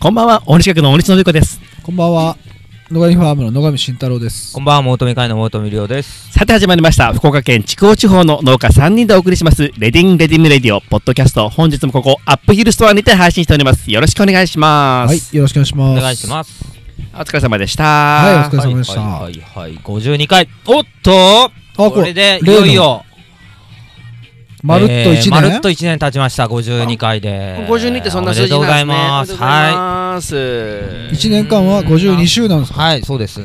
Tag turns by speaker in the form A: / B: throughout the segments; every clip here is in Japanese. A: こんばんは、大西学の大西信子です。
B: こんばんは。野上ファームの野上慎太郎です。
C: こんばんは、もうとみ会のもうとみりょうです。
A: さて始まりました、福岡県筑豊地方の農家3人でお送りします、レディン・レディム・レディオ、ポッドキャスト、本日もここ、アップヒルストアにて配信しております。よろしくお願いしま
B: はい
A: す。、
B: よろしくお願いし
C: お
B: ます。
C: 願いします。
A: お疲れ様でした。
B: はいお疲れ
C: はい
B: 様でした
C: はいはいはい、52回。おっと
B: あ、こ
C: これ
B: れ、
C: で、い
B: 例の
C: よいよ。
B: まるっと1
C: え
B: 年。
C: ーまるっと1年経ちました、52回で。
A: 52ってそんな数字
C: おめでと
A: な
C: うござい
A: ん
C: ま
A: です
C: す。
A: ね。ありが
C: は
A: とうございま
B: 1年間は52週なんです
C: い。
B: か。
C: はい、そうです。
A: す。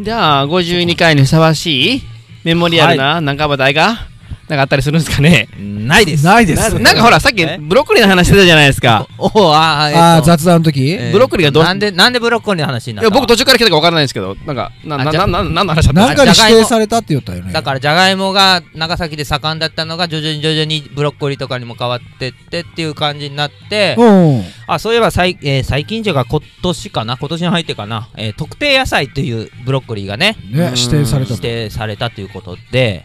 A: じゃあ、52回にふさわしいメモリアルな仲間台が、なんかあったりするんですかね。
C: ないです。
B: ないで
A: な
B: す。
A: なんかほら、さっき
C: え
A: ブロッコリーの話してたじゃないですか。
C: おお、あー、え
B: あ
C: ー
B: ー、
C: と
B: 雑談の時
C: え
A: ブロッコリーがどう
C: なんで、なんでブロッコリーの話にないった
A: や僕途中から来たか分からないですけど、なんか、な、な、
C: あじゃ
A: な、
C: あ
A: ななんの話だった
B: なんかに
C: あじゃがい
B: 指
C: も
B: 定されたって言ったよね。
C: だからじゃがいもが長崎で盛んだったのが徐々に徐々にブロッコリーとかにも変わってってっていう感じになって
B: うん。
C: あそういえば最,、えー最近じゃが今年かな今年に入ってかな、えー特定野菜というブロッコリーがね
B: ね、指定された
C: 指
B: と。
C: 定されたということで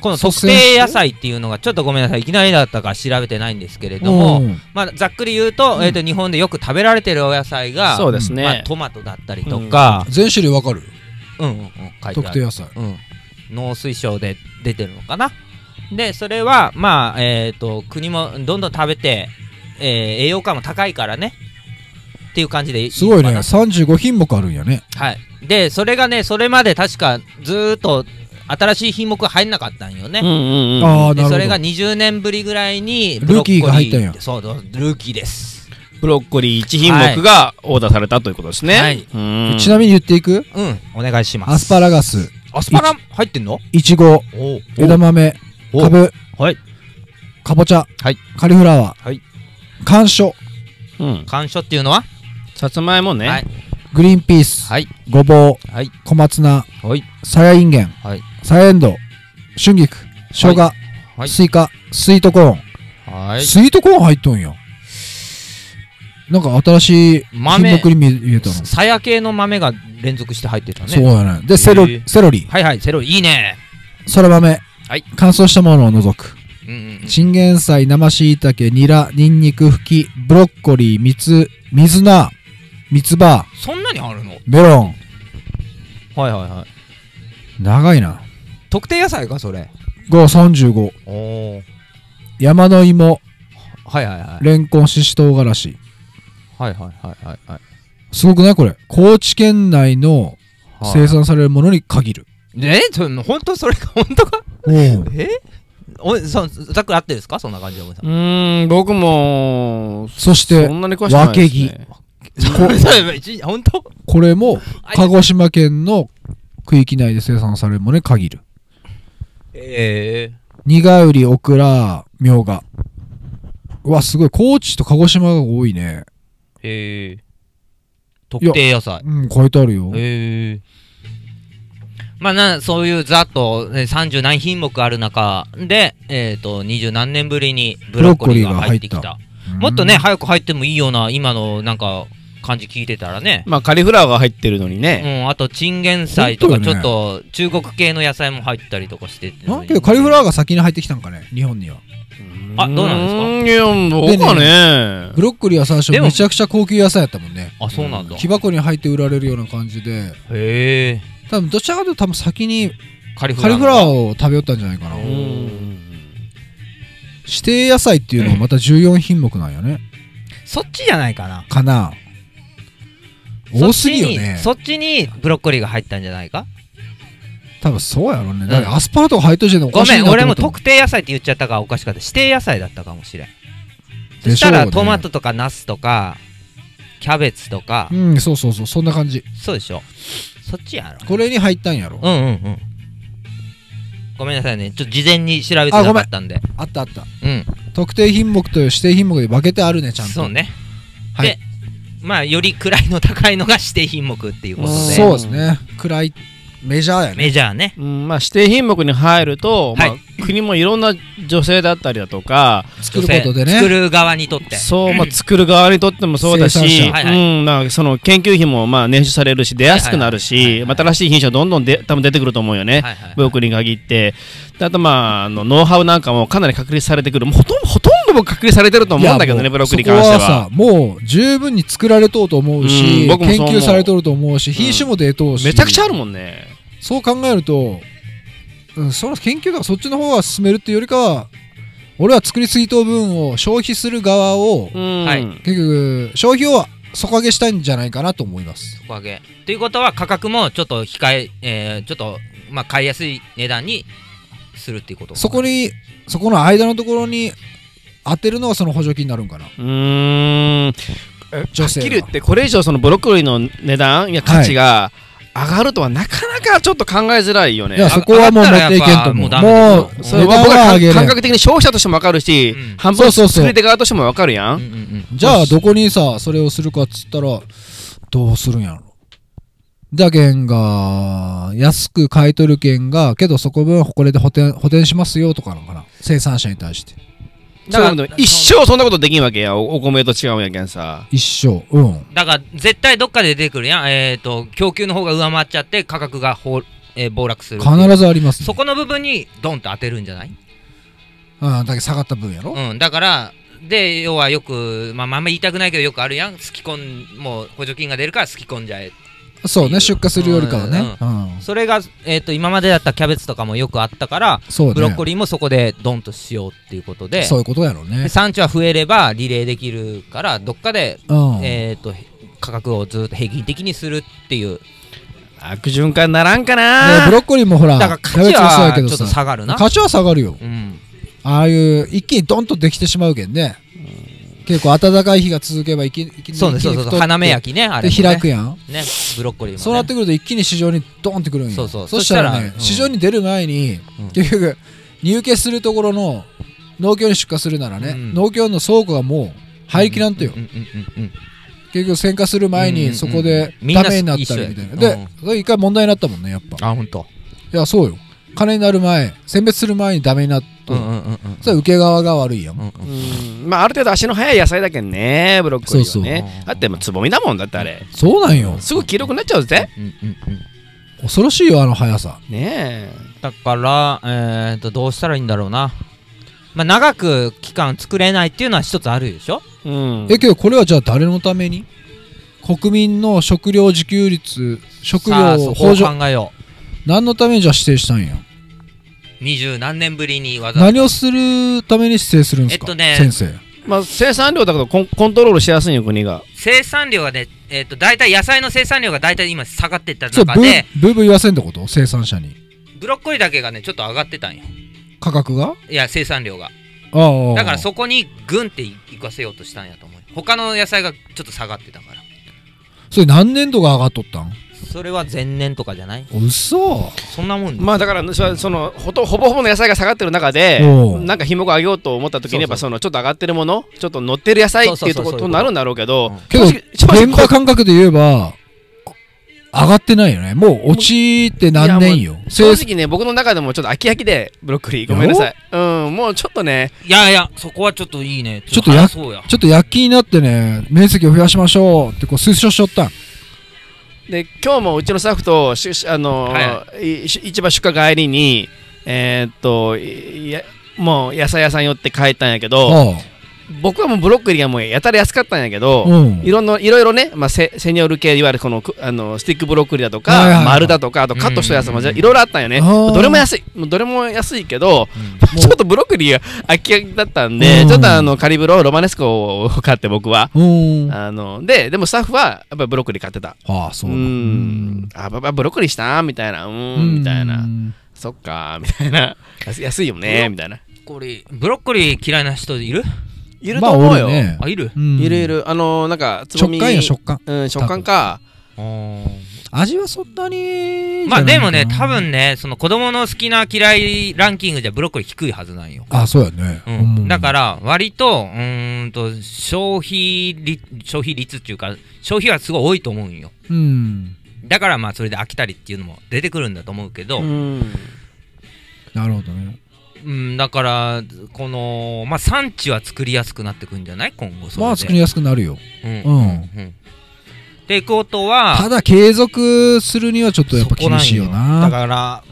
C: この
B: 率
C: 特
B: 先して
C: 定野菜っていうのがちょっとごめんなさいいきなりだったから調べてないんですけれど
B: う
C: も、
B: ん
C: まあ、ざっくり言うと,、えー、と日本でよく食べられてるお野菜が
A: そうですね。
C: まあ、トマトだったりとか、
B: 全種類わかる。
C: うんうんうん、書いて
B: 特
C: ある
B: 定野菜。
C: うん、農水省で出てるのかなでそれはまあえっ、と国もどんどん食べて、えー栄養価も高いからねっていう感じでいい
B: すごい
C: のか
B: ね。
C: な
B: 35品目あるんやね。
C: はいでそれがねそれまで確かずーっと新しい品目が入んなかったんよね、
A: うんうんうん。
B: ああ、
C: で
B: な
C: そ
B: る
C: れ
B: ほ
C: が
B: ど。
C: 20年ぶりぐらいに
B: ルーキーが入ったんや
C: ブロッコリそうそうルーキーです
A: ブロッコリー1品目がオーダーされたということですね。
C: はいう
A: ーん
B: ちなみに言っていく
C: うんお願いします
B: アスパラガス、
C: アスパラ入ってんの
B: いちご、
C: お
B: 枝豆、
C: お
B: かぶ、
C: はい
B: かぼちゃ
C: はい、
B: カリフラワ
C: はい
B: ー、甘椒、
A: うん
C: 干渉っていうのは
A: さつまいもね。
C: はい
B: グリーンピース、
C: はい
B: ごぼう、
C: はい
B: 小松菜、
C: はい
B: さやいんげん、
C: はい
B: さやえんどう、春菊、生姜、
C: はい
B: スイカ、スイートコーン、
C: はい
B: スイートコーン入っとんや。なんか新しい品
C: 豆
B: 目に見えたの。
C: さや系の豆が連続して入ってたね
B: そうやね。で、セロ
C: へえ
B: セロリ、
C: はいはいセロリいいね
B: そら豆、
C: はい
B: 乾燥したものを除く。
C: うんうん
B: チンゲン菜、生しいたけ、ニラ、ニンニク、吹き、ブロッコリー、蜜、水菜、蜜葉、
C: そんなにあるの
B: メロン。
C: はいはいはい
B: 長いな。
C: 特定野菜かそれ
B: 5、35。
C: おお
B: 山の芋、
C: はいはいはい
B: レンコン、しし唐辛子。
C: はいはいはいはいはい
B: すごくないこれ。高知県内の
C: はい
B: 生産されるものに限る。
C: えその本当それか本当か
B: おう
C: えおそざっくり合ってるんですかそんな感じでおじさ
A: うーん、僕も、
B: そして
A: そんなに詳しくないです、ね。
B: わ
A: わ
B: こ
C: ん そう一本当
B: これも
C: あ
B: 鹿児島県の区域内で生産されるものに限る。
C: ええ
B: 苦瓜、オクラ、みょうが。うわ、すごい。高知と鹿児島が多いね。
C: ええ特定野菜
B: うん、書いてあるよ。
C: ええまあなそういうざっとね30何品目ある中で、えー、と20何年ぶりにブロッコリーが入ってき
B: ブロ
C: た
B: うん
C: もっとね、、早く入ってもいいような今のなんか感じ聞いてたらね、
A: まあ、カリフラワーが入ってるのにね。
C: うん、あとチンゲン菜とか
B: 本
C: ち
B: 当よ
C: ょ
B: ね
C: っと中国系の野菜も入ったりとかしてて
B: なんけどカリフラワーが先に入ってきたんかね、日本には。
C: あどうなんですか
A: かいや、僕はね、
B: ブロッコリーは最初
C: でも
B: めちゃくちゃ高級野菜やったもんね。
C: あそうなんだ、
B: 木箱に入って売られるような感じで、
C: へえ
B: 多分どちらかというと多分先に
C: カリフ
B: カ
C: ラ
B: リ
C: ワー
B: フラワーを食べよったんじゃないかな。
A: う
C: うん
A: ん。
B: 指定野菜っていうのはまた14品目なんよね。
C: そっちじゃないかな
B: かな。多すぎよね。
C: そっちにそっちにブロッコリーが入ったんじゃないか
B: 多分そうやろうね。
C: ん
B: だってアスパラとか入っとる時点でお
C: ご
B: かしい
C: め
B: なんと
C: 俺
B: 思
C: も
B: ったもん
C: 特定野菜って言っちゃったからおかしかった指定野菜だったかもしれんそ
B: で
C: し
B: しょ
C: た
B: うね
C: らトマトとかナスとかキャベツとか
B: うん、そうそうそう、そんな感じ。
C: そうでしょそっちやろ
B: これに入ったんやろ。
C: うんうんうんごめんなさいねちょっと事前に調べてなかったんで
B: あったあった。
C: うん
B: 特定品目と指定品目で分けてあるね、ちゃんと。
C: そうね
B: はい
C: でまあより位の高いのが指定品目っていうことで
B: そうですね。暗い、メジャーやね。
C: メジャーね
A: うん、まあ、指定品目に入ると、
C: はい
A: まあ、国もいろんな女性だったりだとか、
B: 作ることで
C: 女性作
B: ね。
C: る側にとって
A: そう、まあ、作る側にとってもそうだし、
B: 生産
C: 者はいはい
A: うん、まあ、その研究費もまあ捻出されるし、出やすくなる
C: はいはいはい
A: し、
C: はい
A: まあ新しい品種はどんどんで多分出てくると思うよね。
C: はいはい
A: ブロッコリーに限って、であとまあ、あのノウハウなんかもかなり確立されてくる、もうほとんどほとんどぼ隠れされてると思うんだけど
B: いやも
A: ね、
B: う
A: ブロックリーに関して
B: そこ
A: は。
B: さもう十分に作られとうと思うし、
A: うん僕もそう
B: 研
A: 思う
B: 究されとると思うし、品種も出とうし
A: めちゃくちゃあるもんね。
B: そう考えると、うん、その研究がそっちの方が進めるっていうよりかは俺は作りすぎとう分を消費する側を、
A: うん。
C: はい
B: 結局消費を底上げしたいんじゃないかなと思います
C: 底上げということは価格もちょっと控ええーちょっとまあ買いやすい値段にするっていうこと
B: そこにそこの間のところに当てるのがその補助金になるんかな
A: うーん。
B: 女
A: ス
B: 性
A: キ
B: が
A: ルってこれ以上そのブロッコリーの値段や価値が上がるとはなかなかちょっと考えづらいよね。
B: いやそこはもう持っていけんと思う
C: 上がったらやっぱもうダメだ
B: もう
A: それ
B: 値
A: は
B: 段
A: 僕
B: は
A: は
B: 上げれん
A: 感覚的に消費者としても分かるし、
C: うん
A: 半
B: そ
A: 分
B: うそうそう
A: 作り手側としても分かるやん。
C: うんうんうん
B: じゃあどこにさそれをするかっつったらどうするんやろだけんが安く買い取るけんがけどそこ分これで補填補填しますよとかなんかな生産者に対して
A: だからでも
C: そう
A: 一生そんなことできんわけやおお米と違うんやけんさ
B: 一生うん
C: だから絶対どっかで出てくるやん、えー、と供給の方が上回っちゃって価格がほう、えー暴落する
B: 必ずあります、ね、
C: そこの部分にドンと当てるんじゃない、
B: うんだけ下がった分やろ、
C: うん、だからで要はよく、まあ、まああんま言いたくないけどよくあるやん好き込んもう補助金が出るから好き込んじゃえ
B: そう
C: いいよ
B: ね出荷するよりかはねうん、
C: それが、えー、と今までだったキャベツとかもよくあったから、
B: そうね
C: ブロッコリーもそこでドンとしようっていうことで
B: そういうことやろう
C: で
B: ね
C: 産地は増えればリレーできるからどっかで、
B: うん、
C: えー、とへ価格をずっと平均的にするっていう
A: 悪循環ならんか
B: で
A: な、
B: ブロッコリーもほら
C: だから価
B: キャベ
C: 値
B: ツもそうや
C: は
B: け
C: ちょ
B: ど
C: っと
B: さ
C: 下がるな
B: 価値は下がるよ
C: うん
B: ああいう一気にドンとできてしまうけんね、結構暖かい日が続けば一気に一気に
C: そうね、そうそうそう、花芽
B: や
C: 焼きね、あれ、
B: で
C: ね。
B: 開くやん
C: ね、ブロッコリーも、ね。
B: そうなってくると一気に市場にドンってくるんよ
C: そうそう
B: したら
C: そし
B: ね
C: たらうん
B: 市場に出る前に、
C: うん
B: 結局入受けするところの農協に出荷するならね、
C: うん
B: 農協の倉庫がもう入りきらんとよ、
C: うんうんうんうん
B: 結局選果する前
C: うんうん
B: に
C: うん
B: そこで
C: みんな
B: ダメになったりみたいな、
C: 一緒や
B: でそれ一回問題になったもんねやっぱ
C: あ、ほんと。
B: いやそうよ金になる前選別する前にダメになった、
C: うんうんうんうん。
B: それは受け側が悪いやん、
C: うんうん
A: うんまあある程度足の速い野菜だけんねブロッコリーはね
C: そうそう
A: だってもうつぼみだもんだってあれ
B: そうなんよ
A: すぐ黄色くなっちゃうぜ
C: うんうんうん
B: 恐ろしいよあの速さ
A: ねえ
C: だから、えー、とどうしたらいいんだろうな、まあ、長く期間作れないっていうのは一つあるでしょ
A: うん
B: えけどこれはじゃあ誰のために国民の食料自給率食
C: さあ
B: 料
C: そこ
B: 補
C: を
B: 助
C: 考えよ
B: 何のためにじゃあ指定したんや
C: う二十何年ぶりにわざわざ
B: 何をするために指定するんですか、
C: えっとね
B: 先生
A: まあ生産量だけどコンコントロールしやすいよ国が
C: 生産量がね、えー、と大体野菜の生産量が大体今下がっていった
B: そうブ
C: 中
B: ー
C: で
B: ブーブー言わせんってこと生産者に
C: ブロッコリーだけがねちょっと上がってたんよ
B: 価格が
C: いや生産量が
B: ああ
C: だからそこにグンって行かせようとしたんやと思う他の野菜がちょっと下がってたから
B: それ何年度が上がっとったん
C: それは前年とかじゃない
B: 嘘
C: そんなもん
A: まあだからそそのほとほぼほぼの野菜が下がってる中で
B: おう
A: なんか紐を上げようと思った時にやっぱそのちょっと上がってるものちょっと乗ってる野菜っていうとこ
C: そうそうそうそ
A: と
C: ういうこと
A: になるんだろうけど
B: けど
A: 正直正直
B: 現場感覚で言えば上がってないよねもう落ちて何年よ
A: 正
B: 生産
A: 直ね、僕の中でもちょっと飽き飽きで、ブロッコリー、ごめんなさい。うん、もうちょっとね、
C: いやいやそこはちょっといいね
B: ちょっとや
C: 話そうや
B: ちょっと躍起になってね面積を増やしましょうってこう推奨しとったん
A: で今日もうちのスタッフとししあの、、
C: はい
A: し市場出荷帰りに、えーっといいや、もう野菜屋さん寄って帰ったんやけど、
B: あ
A: 僕はもうブロッコリーがもうやたら安かったんやけ
B: あ
A: ど、
B: うん
A: いろんないろいろね、まあ、セセニョール系、いわゆるこのくあのスティックブロッコリーだとか、
B: はいはいはい
A: 丸だとか、あとカットしたやつもじゃいろいろあったんよね、
B: あー
A: どれも安い、もうどれも安いけど、
B: うん
A: ちょっとブロッコリーが空き家だったんで、
B: うん
A: ちょっとあのカリブロ、ロマネスコを買って、僕は。
B: うんあ
A: あので、でもスタッフはやっぱりブロッコリー買ってた。
B: あそううだ
A: ん、あばばブロッコリーしたみたいな、うー
B: うん
A: ん、みたいな、そっか、みたいな、 安安いよね、みたいな。
C: ブロッコリーブロッコリー嫌いな人いる
A: いると思うよ。
B: まあ俺ね
C: あいる
B: うん
A: いるいる、あのなんか、つぼ
B: 食
A: み
B: 感や食感
A: うん、食感か。
B: 味はそんなに
C: まあ
B: じ
C: で
B: ゃな
C: も
B: い
C: ね
B: かな
C: 多分ねその子供の好きな嫌いランキングじゃブロッコリー低いはずなんよ
B: あそうやね、
C: う
B: うん
C: ん、だからら割とうーんと消費率消費率っていうか消費はすごい多いと思うんよ
B: うん
C: だからまあそれで飽きたりっていうのも出てくるんだと思うけど、
A: うん
B: なるほどね
C: うん、だからこの、まあ、産地は作りやすくなってくんじゃない今後それで
B: まあ作りやすくなるよ
C: うん
B: うん
C: うんってことは
B: ただ継続するにはちょっとやっぱ厳しいよ
C: そこん
B: な
C: よだから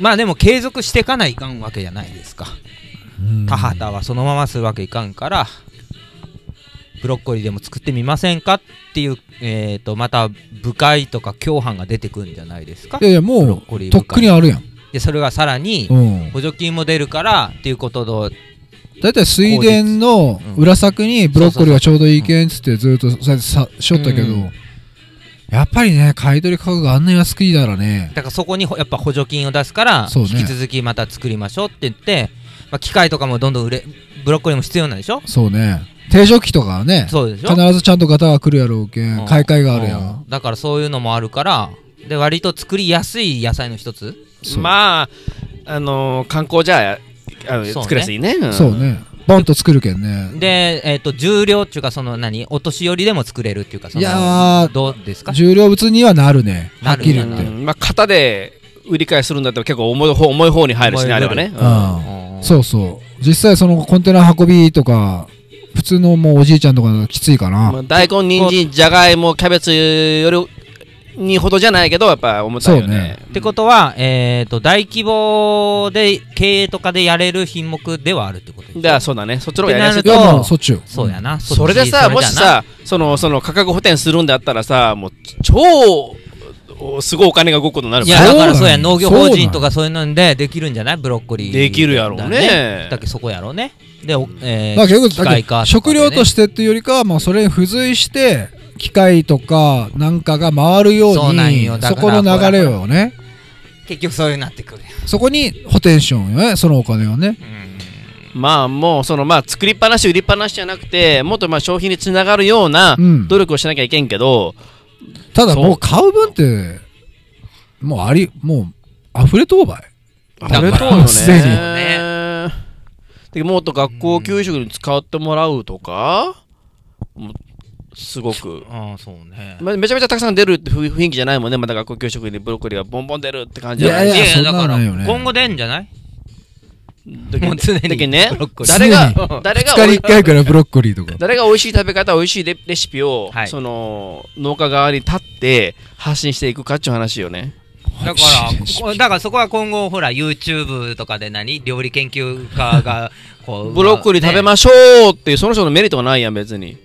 C: まあでも継続していかないかんわけじゃないですか
B: うん
C: 田畑はそのままするわけいかんからブロッコリーでも作ってみませんかっていう、えー、とまた部会とか共犯が出てくるんじゃないですか
B: いやいやも
C: ブロ
B: う
C: ッコリー
B: と
C: 部
B: っく
C: 会
B: にあるやん、
C: でそれがさらに
B: うん、
C: 補助金も出るからっていうことで
B: だいたい水田の
C: うん
B: 裏作にブロッコリーがちょうどいいけんっつってずっとささしょったけど、
C: うん
B: やっぱりね買い取り価格があんなに安くいいだらね
C: だからそこにほやっぱ補助金を出すから
B: そう
C: 引
B: ね
C: き続きまた作りましょうって言って、まあ、機械とかもどんどん売れブロッコリーも必要なんでしょ
B: そうね定常期とかはね
C: そうでしょ
B: 必ずちゃんと型が来るやろうけ
C: うん
B: ん買い替えがあるや
C: うんだからそういうのもあるからで割と作りやすい野菜の一つ
B: そう
A: まあ、あのー観光じゃあの、
C: そうね
A: 作りやすいね。ん
B: そう。ねボンと作るけんね
C: で、えっと重量っていうかその何お年寄りでも作れるっていうかその
B: いやー
C: どうですか
B: 重量物にはなるねはっ
C: なる
B: きり
A: う
B: 言って、
A: んまあ、型で売り買いするんだったら結構重い方重い方に入るしね、
C: 重
A: あ
C: い
A: れ
C: 部
A: は
C: 類
A: ね。
B: うん
C: うん
B: そうそう実際そのコンテナ運びとか普通のもうおじいちゃんとかだときついかな、
A: まあ大根、人参、じゃがいも、キャベツよりにほどじゃないけど、やっぱ重たいよね。
C: ってことは、えっと大規模で経営とかでやれる品目ではあるってことでしょ
A: だからそうだね、そっちの方がやりやすい
C: っ
B: い
C: てな
B: や
C: ると
B: もうそっちよ
C: そうやなっち
A: それでさ、
C: れじゃな
A: もしさ、その、その価格補填するんだったらさ、もう、超、おすごいお金が動くことになる
C: い
A: から
C: や
B: そ
C: だ
B: うなん
C: からそうや農業法人とかそういうのでできるんじゃないブロッコリー
A: できるやろうね
C: だけどそこやろうねで、おえー
B: だから結
C: 機
B: 局だけ
C: 械化
B: ど食料と
C: して
B: してっていうよりかはもうそれに付随して機械とかなんかが回るように
C: そうなんよだ
B: そ
C: か
B: こ
C: ら
B: の流れをね
C: 結局そういうなってくる
B: そこに補填しようよねそのお金をね
A: まあもうそのまあ作りっぱなし売りっぱなしじゃなくてもっとまあ消費につながるような
B: うん
A: 努力をしなきゃいけんけど、
B: ただも
A: そう
B: う買う分ってもうありもう溢れとうばい
A: あ
C: だから
A: れとうよね
B: すで
A: で
B: に
A: もっと学校給食に使ってもらうとか、もうすごく、
C: ああそうね
A: まあ、めちゃめちゃたくさん出るって雰雰囲気じゃないもんねまた学校給食にブロッコリーがボンボン出るって感じじゃない
B: いやいや
A: し
B: そんなのないよね
C: 今後出んじゃない
A: だけ
C: もう常に
A: だけね
C: ブロッコリー
A: 誰が
B: 常
A: 誰が
B: 2日に1回からいブロッコリーとか
A: 誰が美味しい食べ方美味しいレレシピを、
C: はい
A: その農家側に立って発信していくかっていう話よね
C: だからこだからそこは今後ほら YouTube とかで何料理研究家 がこう
A: ブロッコリー食べ
C: す、
A: ましょうっていうその人のメリットがないやん別に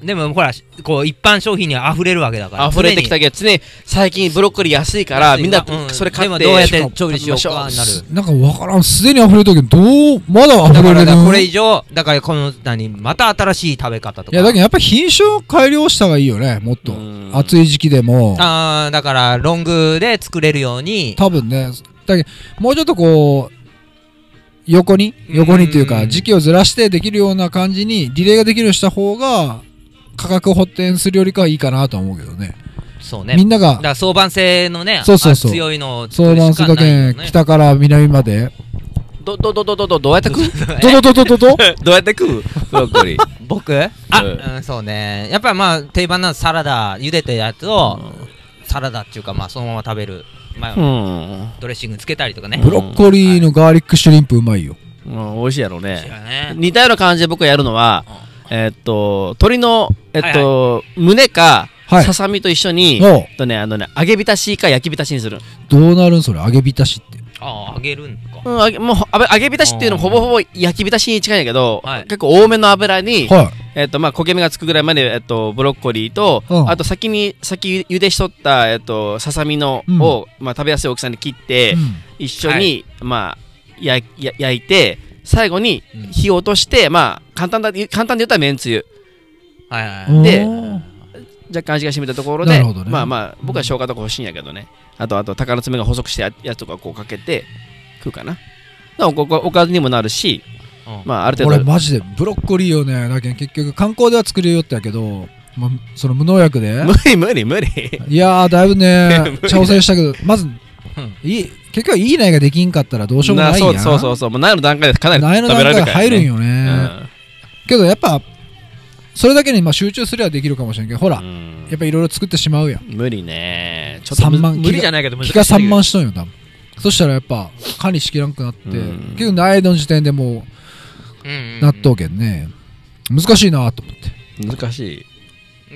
C: ねでもほらこう一般商品に溢れるわけだから
A: 溢れてきたけど常に最近ブロッコリー安いから
C: 安い
A: みんな
C: うん
A: それ買って
C: でもどうやって調理しようかになる
B: すなんかわからんすでに溢れとるけどどうまだ
C: だ
B: 溢
C: か
B: れ
C: ら
B: る
C: だこれ
B: い
C: 以上だからこの何また新しい食べ方とか
B: やだけどやっぱ品種を改良した方がいいよねもっと
A: うん
B: 暑い時期でも
C: あーだからロングで作れるように
B: 多分ねだけどもうちょっとこう横に
C: うん
B: 横にっていうか時期をずらしてできるような感じにリレーができるようにした方が価格補填するよりかはいいかなとは思うけどね
C: そうね
B: みんな
C: だ
B: が
C: から相番性のね
B: そうそうそう
C: あ強いのを作
B: 相
C: る
B: 談
C: し
B: する
C: かな
B: だ
C: いよ
B: け
C: ね
B: 北から南まで
A: どどどどどどどうやって食 う
B: ドドドドドド
A: どうやって食うブロッコリー
C: 僕あ、
A: う
C: うん、そうねやっぱまあ定番なサラダ茹でたやつをサラダっていうかまあそのまま食べるまあ
A: うん
C: ドレッシングつけたりとかね
B: ブロッコリーのガーリックシュリンプうまいよ
A: うん美味しいやろう
C: そう
A: ね
C: やね
A: 似たような感じで僕がやるのはえーっと鶏のえっと胸か
B: はい
A: ささみと一緒に
B: おう
A: えっとねあのね揚げ浸しか焼き浸しにする
B: どうなるんそれ揚げ浸しって
C: あああげるんか
A: うん、揚げもうあべ揚げ浸しっていうのも
C: あー
A: ほぼほぼ焼き浸しに近いんやけど、
C: はい
A: 結構多めの油に、
B: は
A: えっとまあ、焦げ目がつくぐらいまで、えっとブロッコリーと、
B: うん
A: あと先に先茹でしとった、えっとささみの
B: うん
A: を、まあ、食べやすい大きさに切っ
B: い、
A: て、
B: うん
A: 一緒に、
C: は
A: まあ、やや焼いて最後に
C: うん
A: 火を落として、まあ、簡単だ簡単で言ったらめんつゆ
C: はいはい
B: お
C: は
B: ー
C: い
A: で若干味がしめたところ
B: な
A: で、
B: るほどね
A: まあまあ僕は消化とか欲しいんやけどね、あとあと鷹の爪が細くしてややつとかこうかけて食うかななおここおかずにもなるし、
C: うん
A: まあある程
B: 俺
A: 度
B: マジでブロッコリーをねだけど結局観光では作れるよってやけど、まあ、その無農薬で
A: 無理無理無理
B: いやーだいぶ ね挑戦したけどまず
C: うん
B: いい結局いい苗ができんかったらどうしようもないやん
A: そうそうそうそうもう苗の段階でかなり
B: 苗の段階が入るん
A: よ、
B: よ
A: う
B: ね、
A: ん
B: けどやっぱそれだけにまあ集中すればできるかもしれんけどほら、
A: うん
B: やっぱいろいろ作ってしまうやん
A: 無理ねちょっと
B: 散漫
A: 無理じゃないけど難し
B: 気
A: いけど
B: が散漫しとんよ多分そしたらやっぱ管理しきらんくなって、
A: うん
B: 結局苗の時点でも
C: うんうんう
B: うん納豆けんね、難しいなと思って
A: 難し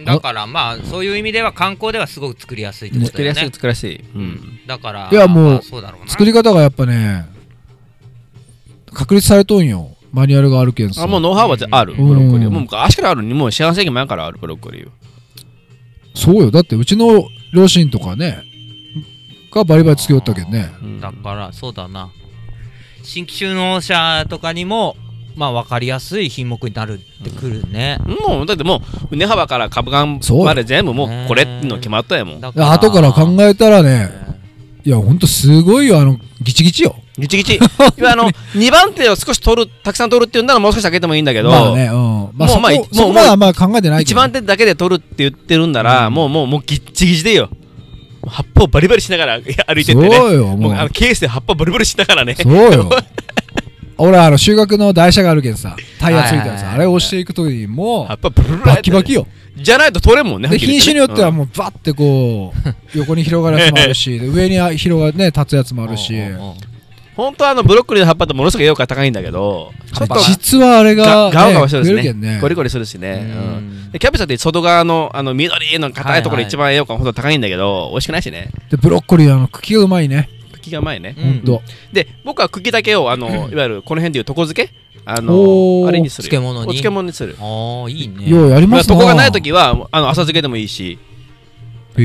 A: い
C: だからまあそういう意味では観光ではすごく作りやすいってこと
A: 作り
C: だよ
A: やすい
C: ね
A: 作りやすい、うん
C: だから
B: いやもう
C: まあそうだろうな
B: 作り方がやっぱね確立されとんよマニュアルがあるけんさ
A: あもうノウハウはある
B: う
A: ブ
B: ん
A: ロッコリーはもう昔からあるにもう幸せ期前からあるブロッコリーは
B: そうよだってうちの両親とかねがバリバリつけよったけんね
A: うん
C: だからそうだな新規収納者とかにもまあ分かりやすい品目になるってくるね、
A: もうだってもう値幅から株価
B: そう
A: まで全部もうこれっての決まったやもん
C: だから
B: 後から考えたらね
C: う
B: い
C: ん
B: やほんとすごいよあのギチギチよ
A: ギチギチ今あ の2番手を少し取るたくさん取るっていうんならもう少し上げてもいいんだけど、
B: まあねうんまあ
A: もう
B: そこ
A: まあ
B: そ
A: もう
B: こまであんま考えてないけ
A: 一
B: ど
A: 番手だけで取るって言ってるんなら、もうもうもうギッチギチでよ発砲バリバリしながらいや歩いてってね
B: そうよ
A: も
B: も
A: う
B: う
A: あのケースで葉っぱブルブルしながらね
B: そう よ俺あの修学の台車があるけんさタイヤついてる
C: はいはいは
B: さ
C: い
B: あれを押していくときにも
A: 葉っぱブルブル
B: バキバキよ
A: じゃないと取れんもんね
B: で品種によっては
A: も
B: もうバッてこ う横に広がるやつもあるしで上にあ広がるね立つやつもある し
C: うんうんうん
A: うん本当はあのブロッコリーの葉っぱってものすごく栄養価高いんだけどちょっと
B: 実はあれが
A: がガワガワして
B: ね
A: るし
B: 増
A: ね
B: えるけんね
A: ゴリゴリするしね、
C: う
A: うんんでキャベツだって外側のあの緑の硬いとこ
C: は
A: ろ
C: いはい
A: 一番栄養価ほど高いんだけど美味しくないしね
B: でブロッコリーはあの茎がうまいね
A: 茎が前ね
C: う
B: ほん
C: ん
B: と
A: で僕は茎だけをあのいわゆるこの辺でいう床漬けあ
B: お
A: の
B: ー
A: あれにする
C: 漬物に
A: お漬物にする
C: ああいいね
B: ようやり
A: ま
B: ま
A: あ、
B: すな
A: とこがないときはあの浅漬けでもいいし、
B: へえ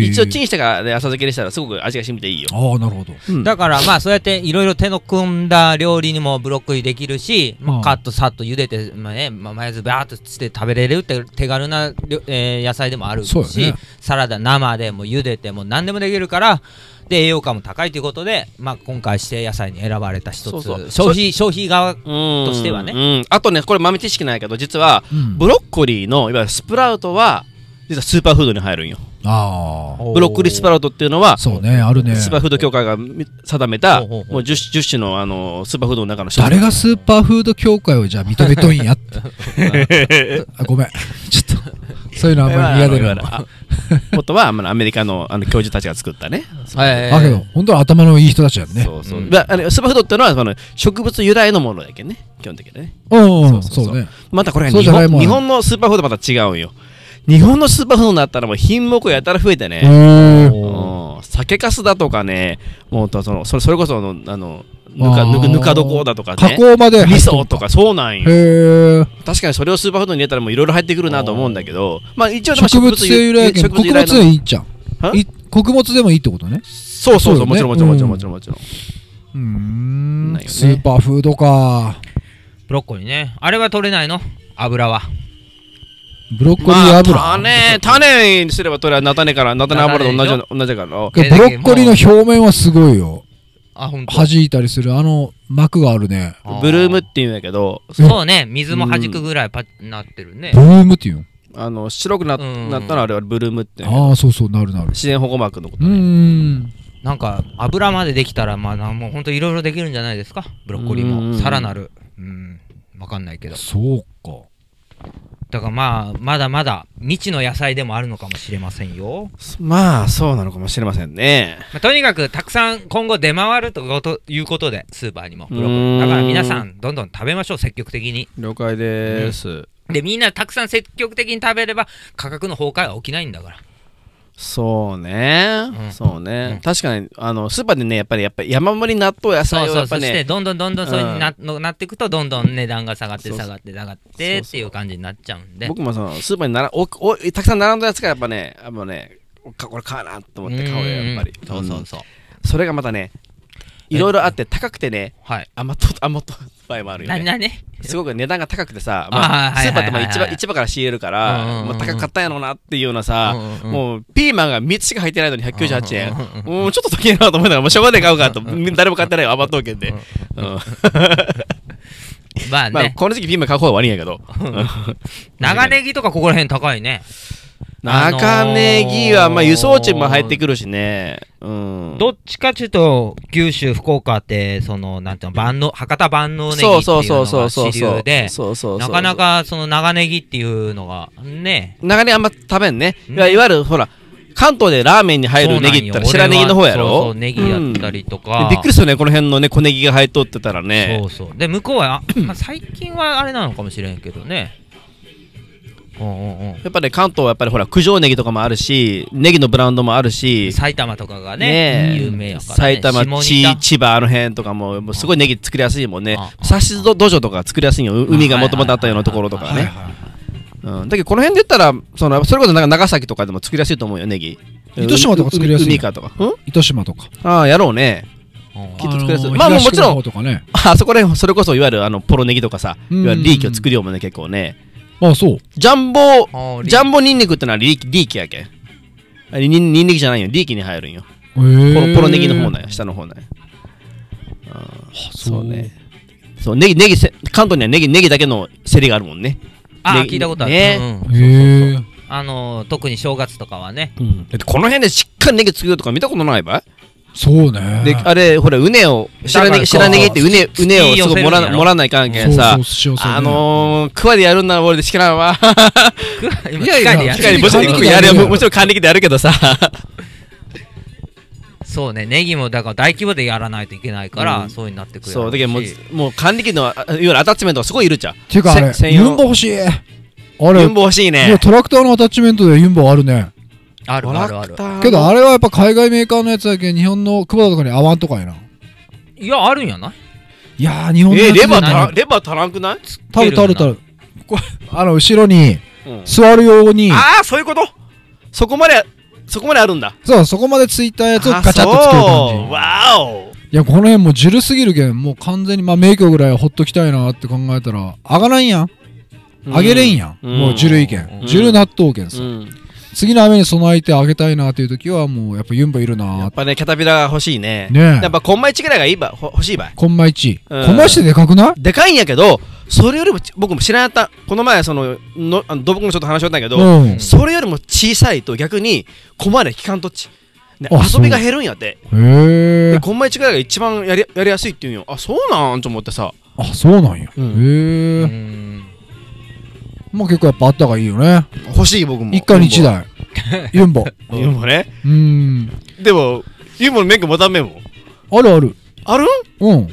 A: 一応チンしてから、ね、浅漬けにしたらすごく味が染みていいよ。
B: ああなるほど
A: うん
C: だからまあそうやっていろいろ手の込んだ料理にもブロッコリーできるし、ま
B: う
C: あ、
B: ん
C: カッとさっと茹でて、まあねまあ、マヨネーズバーッとして食べれるって手軽なりょ、えー野菜でもあるし、
B: そうよね
C: サラダ生でも茹でても何でもできるからで栄養価も高いということで、まあ、今回指定野菜に選ばれた一つ
A: そうそう
C: 消費消費側
A: うん
C: としてはね
A: うんあとね、これ豆知識ないけど、実は
B: うん
A: ブロッコリーのいわゆるスプラウトは、実はスーパーフードに入るんよ。
B: あ
A: ブロッコリースプ
C: ラ
A: ラウトっていうのは
B: あ、そうねあるね
A: スーパーフード協会が定めた、
C: ほうほ
A: も
C: う
A: う
C: ほう
A: 10, 10種のあのスーパーフードの中の一つ
B: 誰がスーパーフード協会をじゃあ認めとんやって あごめんちょっとそういうのあんまり嫌で
A: いわゆ る
B: る
A: あ元はあのアメリカのあの教授たちが作ったね。
C: はい
B: あけど本当は頭のいい人たちやんね
A: そうそう
C: うん
A: まああのスーパーフードっていうのはその植物由来のものだけどね、基本的にね。
B: うんう
A: そ
B: ん
A: うそうそ
B: そううね
A: またこれが
B: そう
A: 日
B: じゃないも
A: 本
B: ん
A: 日本のスーパーフードまた違うんよ。日本のスーパーフードになったらもう品目がやたら増えて
B: へ
A: ね。
B: え
A: うん酒かすだとかね、もうとそのそれそれこそあのあのぬ
B: あ
A: か
B: ー
A: ぬかぬか床だとか
B: 加
A: ね、
B: 工まで
A: 味
B: 入っと
A: 噌
B: んか
A: とかそうなんよ。
B: へえ
A: 確かにそれをスーパーフードに入れたらもういろいろ入ってくるなと思うんだけど、まあ一応でも
B: 植物性由来やけん
A: 植
B: 穀
A: 物由
B: 物
A: 来
B: で
A: の
B: いいんちゃ
A: は
B: うい穀物でもいいってことね
A: そうそう
B: そ
A: そう
B: うよね
A: もちろんもちろんもちろもちろ
B: うんん
A: んもちろん。
B: うーん
A: ないよね
B: スーパーフードか
C: ブロッコリーねあれは取れないの油は
B: ブロッコリー
A: まあ
B: 油、
A: 種種にすればとりあえず菜種から菜種油と同じような同じだから。
B: けどブロッコリーの表面はすごいよ
C: あ本当
B: 弾いたりするあの膜があるね
C: あー
A: ブルームっていうんだけど、
C: そうね水も弾くぐらいパッなってるね
B: ブルームっていう
A: あの白くな,、
C: うん
A: なったらあれはブルームって
B: のああそうそうなるなる
A: 自然保護膜のこと
B: うーん
C: なんか油までできたらまあなもうほんといろいろできるんじゃないですかブロッコリー
A: うんうんう
C: も
A: ん
C: さらなるうんわかんないけど
B: そうか
C: だからまあまだまだ未知の野菜でもあるのかもしれませんよ、
A: まあそうなのかもしれませんね
C: まあ、とにかくたくさん今後出回るとこということでスーパーにもブロッコリ
A: う
C: ー
A: ん
C: だから皆さんどんどん食べましょう積極的に
A: 了解です、
C: でみんなたくさん積極的に食べれば価格の崩壊は起きないんだから
A: そうね、
C: うん
A: そうね、
C: うん
A: 確かにあのスーパーでねやっぱりやっぱり山盛り納豆野
C: そう
A: 菜を
C: そ
A: や
C: う
A: っぱ
C: そして
A: ね
C: どんどんどんどんそういう
A: う
C: に
A: ん
C: な,、のなっていくとどんどん値段が下がって
A: そうそう
C: 下がって下がっ
A: そう
C: て
A: そう
C: っていう感じになっちゃうんで
A: 僕もそのスーパーにならおおたくさん並んだやつがやっぱねやっぱねかこれ買うなと思って買うよやっぱり
C: うんそうそ
A: ん
C: うそう、
A: それがまたねいろいろあって高くてね
C: はい
A: 余っと余っと場合もあるよ
C: な
A: ね
C: になに
A: すごく値段が高くてさ、
C: あー
A: まあ、
C: はい
A: スーパーってまあ
C: はいはい
A: 市
C: は
A: 場
C: い
A: 市場から仕入れるから、
C: うんうんうん
A: まあ、高かったんやろうなっていうようなさ、
C: うんうん
A: もうピーマンが3つしか入ってないのに198円、
C: うんうんうん
A: もうちょっと高いなと思ったから、もうしょうがで買うかと、誰も買ってないよ、余っとうけんで、うん
C: まあ
A: まあ、
C: ね、
A: この時期ピーマン買う方が悪いんやけど、
C: 長ネギとかここら辺高いね。あのー
A: 中ネギは、まあ、輸送地も入ってくるしね、うん、
C: どっちかっていうと、九州、福岡って、その、なんていうの、万能、博多万能ネギっていう
A: そうそうそう
C: の
A: そ
C: が
A: うそ
C: 主
A: うそう
C: 流で、
A: そうそうそう
C: なかなかその長ネギっていうのが、ね、
A: 長ネギあんま食べんね、
C: うん
A: いわいわゆるほら関東でラーメンに入るネギって言ったら
C: そう
A: 白
C: なんよ
A: ネギの方やろ
C: 俺はそうそう、ネギやったりとか。
A: でびっくりするねこの辺のね小ネギが入っとってたらね
C: そうそう。で、向こうは、あまあ、最近はあれなのかもしれんけどね。うんうん
A: やっぱね、関東はやっぱりほら、九条ネギとかもあるし、ネギのブランドもある
C: うん、
A: し、
C: 埼玉とかがね
A: ねえ
C: 有名やから、ね、
A: 埼玉、
C: 下
A: 千
C: 仁
A: 千葉、あの辺とかも、もうすごいネギ作りやすいもんね
C: あ。あ
A: サシド土壌とか作りやすいよ。う海がもともとあったようなところと
C: あ
A: か
C: は
A: ね。うんだけど、この辺で言ったら、その、それこそなんか長崎とかでも作りやすいと思うよ、ネギ。
B: 糸島とか作りやすいよ
A: 海かとか。うん
B: 糸島とか。
A: ああ、やろうね。
C: 田うん
A: きっと作りやすい
B: あのー
A: まあもうもちろん
B: 東区の方とかね。
A: あそこら辺、それこそいわゆるあの、ポロネギとかさ、い
B: うん
A: わゆるリーキを作りようもんね、結構ね。
B: あ、そう。
A: ジャンボ、
C: あー
A: ジャンボニンニクってのはリーキ、リーキやけん。あれニンニンニクじゃないよ、リーキに入るんよ。ポ
B: ポ
A: ロ
B: ロ
A: ポロネギの方なんや下の方なんやあーそうね。そうネギネギせ関東にはネギネギだけのセリがあるもんね
C: あ
A: ね
C: 聞いたことある、
A: ね
C: うんうん
B: へえ。
C: あのー特に正月とかはね
A: だってこの辺でしっかりネギ作るとか見たことないば
B: そうね。
A: であれほらうねを白
C: だ
A: ネ
C: から
A: ギ白ネギってうね
C: そ
A: う
C: う
A: ねをすご
C: 土寄せ
A: いも
C: るんやろ
A: らもらわないかんけ
B: そ
A: ん
B: うそ
A: さ
B: う、しようそうね
A: あのー、クワでやるんなら俺でしかない わ
C: 今
B: いやいや
C: 機械でや
A: し
C: る
A: か
B: 機械
A: もち
B: 管理
A: ろん
B: 機で
A: や
B: やる
A: るもちろん還暦でやるけどさ
C: そうねネギもだから大規模でやらないといけないから、
A: うん
C: そうになってくるや
A: そう
C: ろ
A: だけどもう
C: し
A: もう還暦のあいわゆるアタッチメントがすごいいるじゃん
B: ていうかあれ
A: せ、専用
B: ユンボ欲しい。あれ、
A: ユン
B: も
A: ボ欲しいうね
B: トラクターのアタッチメントでユンボあるね。
C: あるあるあ
A: トラク
C: る
A: ター
B: けどあれはやっぱ海外メーカーのやつだけ日本の久保田とかに合わんとかやな。
C: いやあるんやない
B: いやー、日本の
A: え
B: や
A: ー
B: つ
A: レバー
B: な
A: 足らレバー足らんくない
B: タルタルタル。こあの、後ろに
A: うん
B: 座るように、
A: ああそういうことそこまでそこまであるんだ
B: そう、そこまでついたやつを
A: あ
B: ガチャッとつける
A: そ
B: 感
A: う
B: じ。
A: わお
B: いや、この辺もうジュルすぎるけん、もう完全に、まあ、名曲ぐらいはほっときたいなって考えたら、上がらんやん。上げれんやん。
A: うん
B: もうジュル意見
A: う。ん
B: ジュル納豆券さ。
A: うん
B: 次の雨に備えてあげたいなっていう時は、もうやっぱユンボい
A: や
B: るな
A: っぱねキャタピラが欲しいね
B: ね
A: や
B: え
A: っ。ぱコンマ1ぐらいがいいばほ欲しいばい
B: コンマ1。
A: うん
B: コンマ1ってでかくない
A: でかいんやけどそれよりもち僕も知らなかったこの前そののあの土木のちょっと話しよったんやけ
B: う
A: ど
B: ん。
A: それよりも小さいと逆に困る期間とっちね
B: あ
A: 遊びが減るんやって
B: へ
A: で
B: え。
A: コンマ1ぐらいが一番やりやりやすいって言うんよあそうなんと思ってさ
B: あ、そうなんや。
A: うん
B: へ
C: う
B: え。
C: ん
B: まあ結構やっぱあったがいいよね。
A: 欲しい僕も
B: 一家に一 台。ユンボ。
A: ユンボユンボね
B: うん。
A: でもユンボの免許持たんめんもん
B: あるある。
A: あるん
B: うん。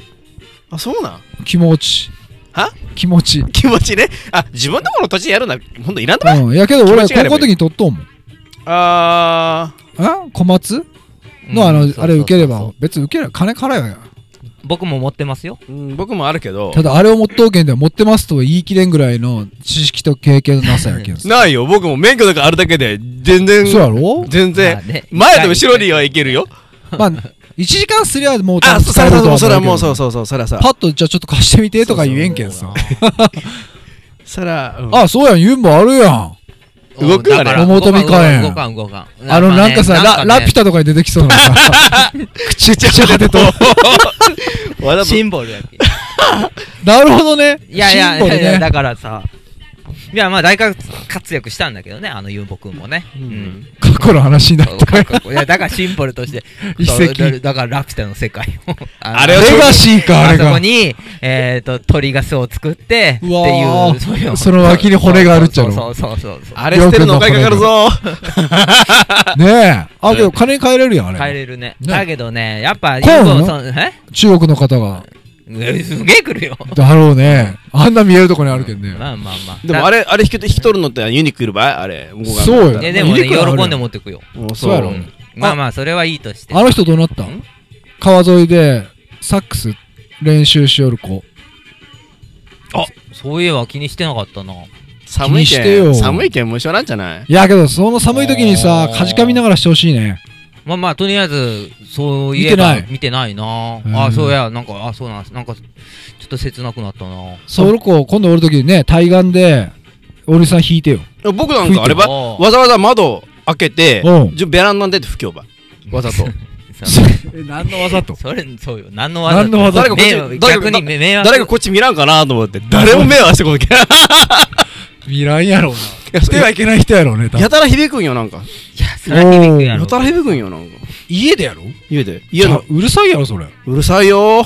A: あそうなん
B: 気持ち。
A: は
B: 気持ち。
A: 気持ちねあ自分のところの土地でやるんだほんといらんとば
B: うん。いやけど
A: 気
B: 俺、
A: 持ちがあれ
B: 高
A: ばい
B: 校
A: い
B: の時に取っとんもん。
A: あ
B: あ小松
C: うん
B: のあの、あれ
C: そうそうそうそう
B: 受ければ、別に受ければ金払えばや。
C: 僕も持ってますよ
A: ー、うん、僕もあるけど
B: ただあれを持っとうけんでは持ってますとは言い切れんぐらいの知識と経験のなさやけんそう
A: ないよ僕も免許だからあるだけで全然
B: やろ
A: 全然、
C: まあね
A: 前と後ろにはいけるよ
B: まあ1時間すりゃもう
A: あそうそれ
B: 多分使えると
A: は
B: は
A: それはもう
B: 思
A: そううそうそうそれは
B: け
A: さ
B: どパッとじゃあちょっと貸してみてとか言えんけんさ
A: それは、うん
B: あそうやんユンボあるやん
A: 動くあれ
B: 桃飛び
C: か
B: 火炎
C: 動かん動かん
B: あのなんかさララピュ
C: タ
B: タとかに出てきそうなさ
A: 口ちゃでとわざと
C: シンボルやけ
B: なるほどね
C: いやいや
B: シン
C: い
B: ボル
C: やいや
B: ね
C: だからさいやまあ大活活躍したんだけどねあのユンボ君もねうん
B: 過去の話になった
C: かっこいいいやだからシンボルとして
B: 遺跡
C: そうだだからラピュタの世界をの
A: あれを
B: レガシーかあ
C: あ
B: れ
C: そこ
B: が
C: に、えー、と鳥が巣を作ってっていう
B: うわー
C: そういう
B: その脇に骨があるっちゃろ
C: そうそうそうそうそう
A: あれ捨てるのお金かかるぞ
B: ねえあけど金に変えれるやんあ
C: 帰
B: れ
C: れるね
B: ね
C: だけどねやっぱユ
B: コーン
C: ン
B: の
C: ボそうえ
B: 中国の方が
C: えすげえ来るよ
B: だろうねあんな見えるとこにあるけんね
C: まあまあまあ
A: でもあれあれ引き引き取るのってユニクールばいあれ向こが
B: そうよ
C: いやでも
B: い
C: ね
B: いからある
C: 喜んで持ってくよ
A: うん
B: そうやろ
C: んまあまあそれはいいとして
B: あの人どうなった
C: ん
B: 川沿いでサックス練習しよる子
C: そういえば気にしてなかったな
A: 寒い
B: 気にして
A: けん
B: よ
A: 寒いけん無償なんじゃない
B: いやけどその寒い時に
C: あ
B: さ
C: ー
B: かじかみながらしてほしいね
C: まあまあとりあえずそうい
B: 見
C: えば
B: てない
C: 見てないな
B: うん
C: あそうやなんかあそうなんすなんかちょっと切なくなったな
B: その子今度おる時にね対岸でおりさん引いてよ
A: 僕なんかあれば
C: おー
A: わざわざ窓開けて
B: うん
A: じゃベランダに出て吹きょうばわ ざと
B: 何の技と
C: それそうよ何の技
B: 何の技
A: 誰かこっち
C: 迷惑
A: 誰か
C: 逆に迷惑
A: 誰かこっち見らんかなと思って誰も目はしてこない
B: 見らんやろう
A: や
B: なしてはいけない人やろうね多分
A: やたら響くんよなんか
C: いやそれは響くやろ
A: やたら響くんよなんか
B: 家でやろ
A: 家で
B: い
A: 家の
B: うるさいやろそれ
A: うるさいよ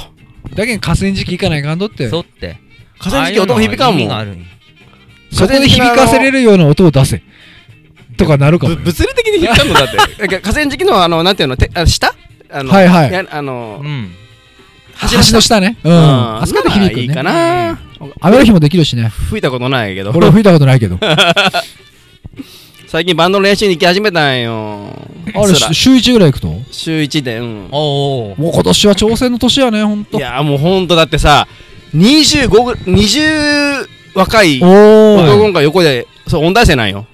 B: だけど河川敷行かないかんどって
C: そうって
A: 風邪時期音響かんも
C: ああ
A: ん
C: いうのは意味があるんよ
B: そこで響かせれるような音を出せとかなるかも
A: ぶ
B: よ
A: 物理的に響かんのだって なんか河川敷のあのなんていうのてあの下あの
B: はいはい
A: やあの
C: うん
B: 橋の下ねうん
A: うん
B: あそこで響く
A: いいか
B: ね
A: な
B: 雨の日もできるしね。
A: 吹いたことないけど
B: 俺は吹いたことないけど。あ
A: 最近バンドの練習に行き始めたんよそ
B: れ、
A: ら
B: し週1ぐらい行くとも
A: 週1でうん
C: おー
B: う今年は挑戦の年やね、ほん
A: い
B: と。
A: やもうほんとだってさ25ぐ20若い
B: お
A: 男
B: ー
A: の子が横でそう音大生なんよ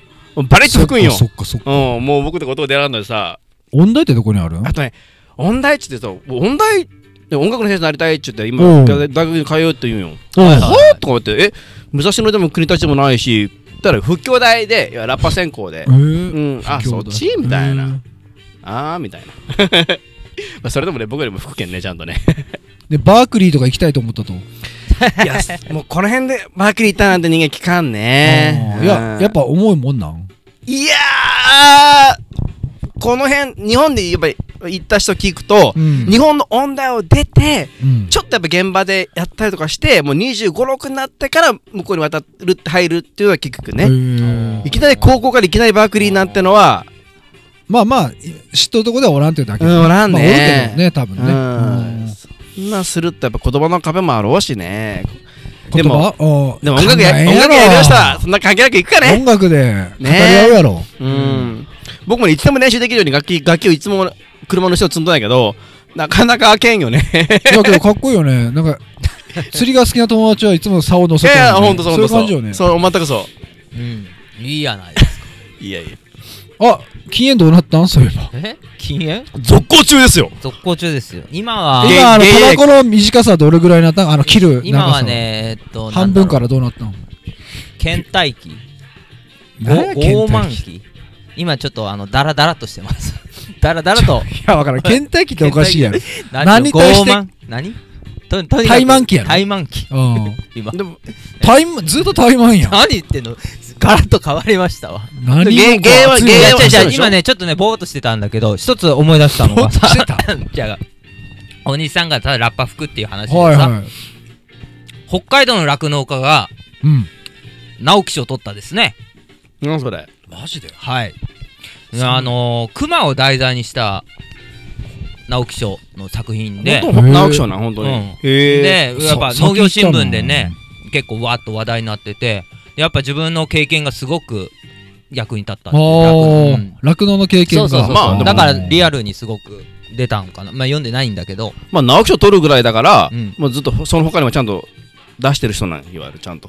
A: バリッと吹くんよ
B: そっかそっかそっか。
A: うんもう僕とか音が出らんのでさ
B: 音大ってどこにある
A: あとね音大っつってさ音大で音楽の先生になりたいっつって
B: う
A: 今
B: ん
A: 大学に通うって言うんよ
B: はい
A: はあとか思ってえ武蔵野でも国立でもないしだから仏教大でいやラッパ専攻で
B: えー
A: うんあ
B: 兄
A: そっ
B: 弟
A: ちみたいな、
B: えー
A: あーみたいな まあそれでもね僕よりも福建ねちゃんとね
B: で、バークリーとか行きたいと思ったと。
A: いやもうこの辺でバーキリー行ったなんて人間聞かんね
B: あーいや、やっぱ重いもんなん
A: いやーこの辺日本でやっぱり行った人聞くと、
B: うん
A: 日本の音大を出て
B: うん
A: ちょっとやっぱ現場でやったりとかしてもう2 5六6になってから向こうに渡るって入るっていうのは聞く
B: へ
A: ね、
B: ー
A: いきなり高校からいきなりバークリーなんてのは
B: まあまあ、知っとるとこではおらんっていうだけで。
A: うんおらんね
B: まあおるけどね、多分
A: う
B: ね。
A: んそんなんするってやっぱ言葉の壁もあろうしね
B: 言葉うん
A: でも音楽や
B: 考えろ
A: 音楽やりましたそんな関係なくいくかね
B: 音楽で語り合うやろ。
A: うん僕もねいつでも練習できるように楽器楽器をいつも車の下を積んどんやけどなかなか開けんよね
B: だけどかっこいいよね。なんか、釣りが好きな友達はいつも竿を乗
A: い
B: せて
A: やいや
B: る
A: ほ
B: よ
A: ん
B: ね
A: とそう
B: そう
A: ほと
B: いうん感じ
A: そ
B: よね
A: う。そう全くそ
C: うんいいやない ですか
A: ういやいや
B: あ、禁煙どうなったんそういえば。
C: え禁煙
A: 続行中ですよ
C: 続行中ですよ今は
A: え
B: 今、あの、
A: 現
B: タ
A: 役
B: バコの短さはどれぐらいになったんあの、切る長さ。
C: 今は。ねえっと
B: 半分かららどうなったん
C: 倦怠期
B: 何や
C: ご傲
B: 倦
C: 慢
B: 怠期
C: 期今ちょっとあのダラダラとしてます ダラダラと
B: いや、わか らん。倦怠期っておかしいやろ。何
C: 何
B: 対して
C: 傲慢何ととにかく
B: 怠慢期やろ
C: 怠慢期
B: うん。
C: 今
A: でも
B: 怠慢、ずっと怠慢やん。
C: 何言ってんのガラッと変わりましたわ
B: 何も
A: 芸芸は
B: 熱い
A: 芸
C: い
A: は
C: や
A: 違う違う
C: じゃ
A: 違う
C: 今ねちょっとねぼーっとしてたんだけど一つ思い出したの
B: ぼー
C: が
B: っとしてた
C: じゃあ お兄さんがただラッパ吹くっていう話でさ、
B: はいはい。
C: 北海道の酪農家が
B: うん。
C: 直木賞を取ったですね
A: 何それ
B: マジで
C: はい
B: そう
C: あのー熊を題材にした直木賞の作品で
A: 本当に直木賞なん本当
C: う
A: に
C: ん
A: へえ
C: でやっぱ農業新聞でね。結構わーっと話題になっててやっぱ自分の経験がすごく役に立った
B: あ
C: んです酪農う
B: あ
C: ん、
B: 酪農の経験
C: そ
B: が。
C: うそうそう、
A: まあでも
C: だからリ
B: ア
C: アルにすごく出たんかなまあ読んでないんだけど、
A: まあ直木賞取るぐらいだから
C: うん、
A: もうずっとその他にもちゃんと出してる人なんよいわゆるちゃんと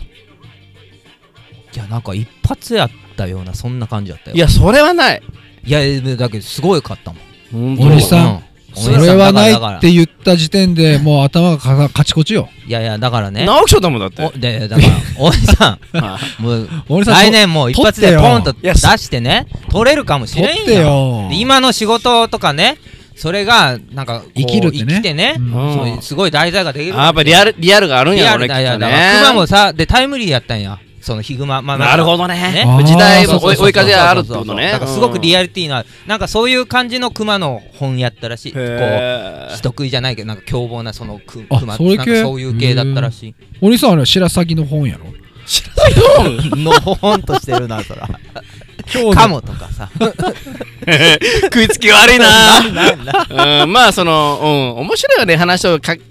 C: いやなんか一発やったようなそんな感じだったよ
A: いやそれはない
C: いやいやだけどすごいかったもん
A: 本
B: おじさん
C: うん
B: それはない
C: おじさんだからだ
B: っ
C: か
B: て言った時点でもう頭がかかカチコチよ。
C: らいやいやだからね
A: 直木賞だもんだって
C: おでだからおじさ
A: は
C: んもう
B: 俺さ、
C: 来年もう一発でポンと
B: 取
A: って
C: 出
A: よ
C: してね取れるかもし
B: 取
C: れ
B: っ
C: ん
B: て
C: よ
B: よ。
C: で今の仕事とかねそれがなんかこう
B: 生きるってね。
C: 生きてね
B: う、ん
A: うん
C: そういうすごい題材ができる
A: あやっぱリアルリアルがあるん
C: リ
A: や
C: ア
A: ろね
C: ル
A: き
C: だ
A: っ
C: よ
A: と
C: だから
A: ね
C: 熊もさでタイムリーやったんやそのヒグマまあまあ
A: なるほどね
C: ね
B: あー
A: 時代は
B: そうそう
A: 追い
B: そう
A: 追い風があるってことね
C: だからすごくリ
A: ア
C: アリティのあるなんかそういう感じの熊の本やったらしいこう人食いじゃないけどなんか凶暴なそのく
B: あ
C: 熊
B: それ系
C: なんかそういう系だったらしい
B: 俺さ、あれ、白鷺の本やろ。
C: のほんとしてるなそら
B: 今
C: カモとかさ
A: 食いつき悪いな
C: なんだ
A: うんまあそのうん面白いよね話を書き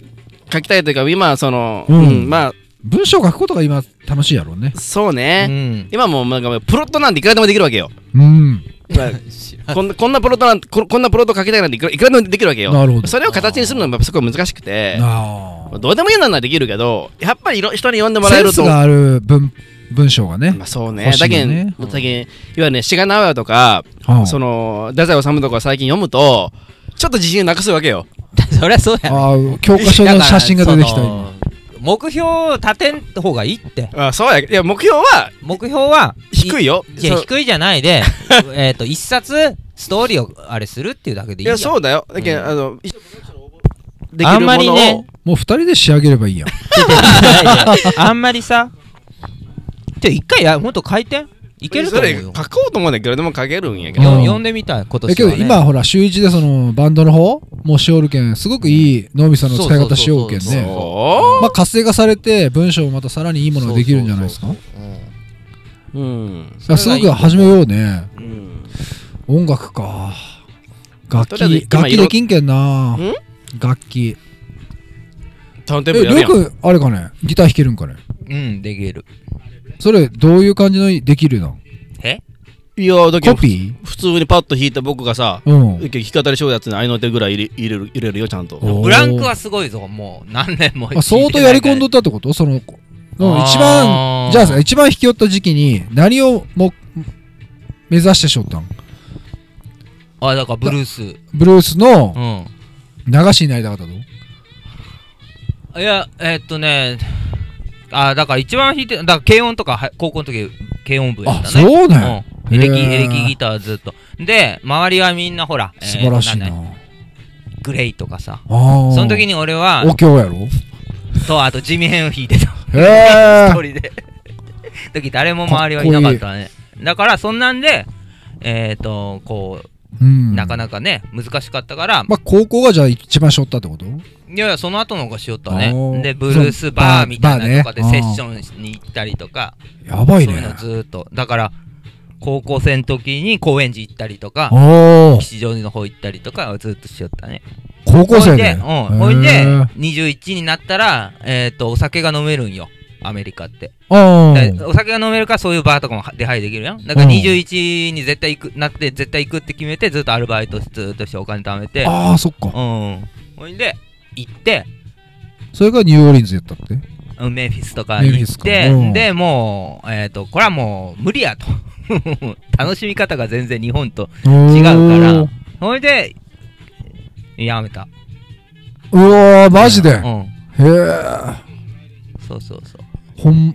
A: 書きたいというか今その
B: うん
A: うんまあ
B: 文章書くことが今楽しいやろうね。
A: そう
C: う
A: ね
C: ん
A: 今もうなんかプロットなんていくらでもできるわけよ
B: うん。
C: 知らん
A: こんなこんなプロットなんてここんなプロット書きたいなんていくらいくらでもできるわけよ
B: なるほど。
A: それを形にするのもやっぱすごい難しくて
B: あー
A: どうでもいいのならできるけどやっぱりいろ人に読んでもら
B: セ
A: える
B: ンス
A: と
B: がある文文章がね。
A: まあそうね
B: 欲し
A: だ
B: い
A: け
B: よね
A: んだけんいわゆるね志賀直哉とか
B: はあ
A: その太宰治とか最近読むとちょっと自信をなくすわけよ
C: そりゃそうや
B: あー教科書の写真が出てきた
C: だから
B: 今。
C: その目標を立てん方がいいって
A: あそうやいや目標は
C: 目標は
A: 低
C: い
A: いよ
C: いや
A: そう
C: 低いじゃな いでえっと一冊ストーリーをあれするっていうだけで
A: い
C: いいや
A: やそうだよだけん
C: うん
A: あの一緒で
C: あ
A: き
C: ん
A: る
C: ま
A: も
C: り
A: の
C: ね
A: を
B: もう二人で仕上げればいいやん。
C: あんまりさじゃあ一回やほんと回転いけると
A: そ
C: 思う
A: れ
C: よ
A: 書こうと思うんだけどでも書けるんやけ
B: う
A: ど
C: よ
B: ん
C: 読んでみたい今
B: え
C: 年
B: けど
C: はね
B: 今ほら週一でそのバンドの方もうしおるけんすごくいい脳みその使い方しようけん
C: そうそうそう
B: ね
A: そ
B: まあ活性化されて文章もまたさらにいいものができるんじゃないですか
C: そ
B: だ
C: う
B: か
C: そうそう
A: ううん
B: らすごく始めようね
A: うん
B: 音楽か楽
A: とりあえず
B: 器
A: 今
B: 楽器できんけんなん楽器
A: タウンテ
B: え
A: ンポやる
B: り
A: や
B: ょ
A: ん
B: うくんあれかねギター弾けるんかね
C: うん、できる。
B: それ、どういう感じのできるの
C: え
D: いやだけど
B: コピ
D: 普通にパッと弾いた僕がさ
B: ーうん。
D: 弾き語りしようやつに合いの手ぐらい入れ入れる入れるよちゃんと
B: おー
C: ブランクはすごいぞ、もう何年も弾いてないから。
B: あ相当やり込んどったってことその子。うん一番、
C: あー
B: じゃあさ、一番引き寄った時期に何をも目指してしょったん
C: あ、だからブルース。う
B: ブルースの
C: ん。
B: 流しになりたかったと
C: いや、えっとね、あ、だから一番弾いて、だから軽音とかは高校の時、軽音部やっ
B: あ、
C: たね。
B: そうね。
C: うん。エレキ、
B: へー
C: エレキギターずっと。で、周りはみんなほら、えー
B: 素晴らしいな。
C: んだねグレイとかさ。
B: ああ。
C: その時に俺は、
B: お経やろ
C: と、あと地味編を弾いてた。
B: へえ。
C: 一人で。 時誰も周りはいなかったね。だから、そんなんで、えっ、と、こ
B: うん。
C: う、なかなかね、難しかったから、
B: まあ、高校がじゃあ一番しょったってこと
C: いやいや、その後の方がしよった
B: おー
C: ね。で、ブルースバーみたいなのとかで
B: バ
C: セ
B: ーね
C: ッションに行ったりとか、
B: やばい
C: そういう
B: ね
C: の。ずーっと。だから、高校生の時に高円寺行ったりとか、
B: おお。
C: 吉祥寺の方行ったりとか、ずーっとしよったね。
B: 高校生
C: ほいで、
B: で。
C: うん。ほい
B: へ
C: で
B: ー、
C: 21になったら、えっと、お酒が飲めるんよ。アメリカって。
B: あ
C: だから
B: ー
C: お酒が飲めるからそういうバーとかも出入りできるやん。だから
B: うん
C: 21に絶対行く、なって絶対行くって決めて、ずっとアルバイトずーっとしてお金貯めて、
B: あー、そっか。
C: うん。ほいで、行って、
B: それがニューオーリンズやったって。
C: うんメンフィスとか
B: メンフィ
C: 行
B: ス
C: っ
B: か
C: て、
B: うん
C: でもう、えっ、と、これはもう無理やと。 楽しみ方が全然日本と。
B: 違
C: うからほいで、やめた。
B: うわー、マジで。
C: う
B: へ
C: ん。
B: え。
C: そうそうそう。
B: ほん、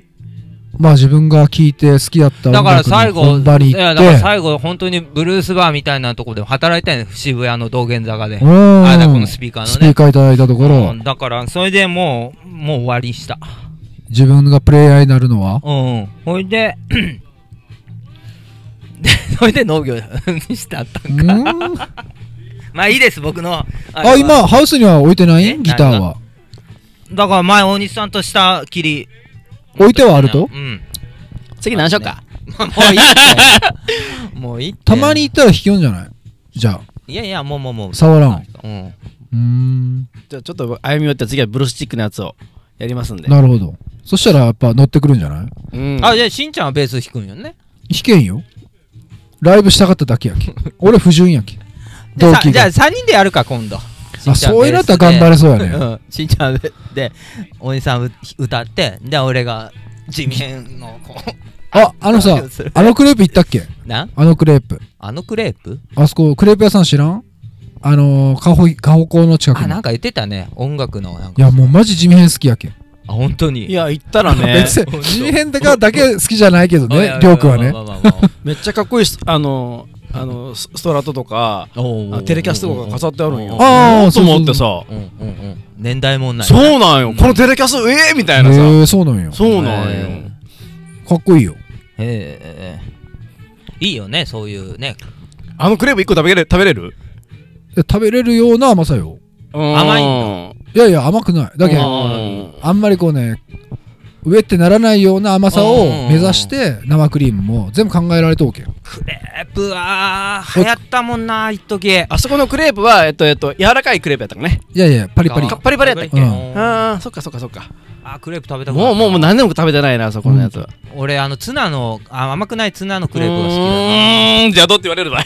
B: まあ自分が聴いて好きだった
C: だ
B: 音
C: から
B: 楽
C: 最
B: に
C: 後、
B: 本場に
C: い
B: 行
C: や、
B: っ
C: だから
B: て。
C: 最後、本当にブルースバーみたいなとこで働いたんよ。渋谷の道玄坂で。
B: うん
C: あ、だからこのスピーカーのね。
B: スピーカーいただいたとこ
C: う
B: ろ
C: ん、だから、それでもう、もう終わりした。
B: 自分がプレイヤーになるのは
C: うん。ほいで、 でそれで農業にしたった
B: うん
C: か。
B: ん
C: まあいいです、僕の。あれ
B: あ、
C: は
B: 今、ハウスには置いてな
C: え
B: いギターは。
C: だから前大西さんとしたきり
B: 置いてはあると
C: うん
D: 次何しようか
C: もういいって もういいって
B: たまに行ったら弾けるんじゃないじゃあ、
C: いやいやもうもうもう
B: 触らん。
C: うん
B: うーん、
D: じゃあちょっと歩み寄って次はブルースチックのやつをやりますんで
B: なるほど。そしたらやっぱ乗ってくるんじゃない
D: うん
C: あじゃあしんちゃんはベース弾くんよね
B: 弾けんよ。ライブしたかっただけや け。俺不純やけ。
C: で
B: 同
C: さ
B: 期
C: じゃ
B: が
C: あ。3人でやるか今度
B: あ、そういうのやったら頑張れそうやね。
C: ねしんちゃんで大西さん歌ってで俺が地面のこう
B: あ、あのさ、あのクレープ行ったっけ
C: なん
B: あのクレープ。
C: あのクレープ
B: あそこ、クレープ屋さん知らんあのー、カホ、カホ港の近く
C: あ
B: に。
C: なん
B: い
C: か言ってたね音楽のなんか
B: や、もうマジ地味変好きやけん。
C: あ本当に
D: いや行ったらね
B: 別に、地味変だからだけ好きじゃないけど
C: おいおいお
B: ね
C: い、
B: りょうくんはね
C: ま。あまあまあ まあ
D: めっちゃかっこいいスあのあのスストラトとか
C: おうおう
D: あテレキャスとかが飾ってあるんよ
B: あー
D: おと思ってさ
C: うんうんうん年代もんない
D: そうなんよ
C: ん
D: このテレキャスええみた
B: へ
D: いなさ
B: え、そうなんよ。
D: そうなんよ
C: へ
B: かっこいいよ。
C: えいいよねそういうね
D: あのクレープ一個食べれる食べれる
B: で食べれるような甘さよ。
C: 甘い
D: ん
B: いやいや、甘くない。だけど、
D: うん
B: あんまりこうね、上ってならないような甘さ
C: う
B: を
C: ん
B: 目指して、生クリームも全部考えられとおけん。
C: クレープは流行ったもんな一時
D: あそこのクレープはえっとえっと柔らかいクレープやったかね
B: いやいや、パリパリ。
D: パリパリやったっ
B: け
C: うんあ
D: あーそっかそっかそっか
C: ークレープ食べたくな
D: もうもうもう何年も食べてないなそこのやつは
C: 俺あのツナのあ甘くないツナのクレープが
D: うーん邪道って言われ るわ
B: い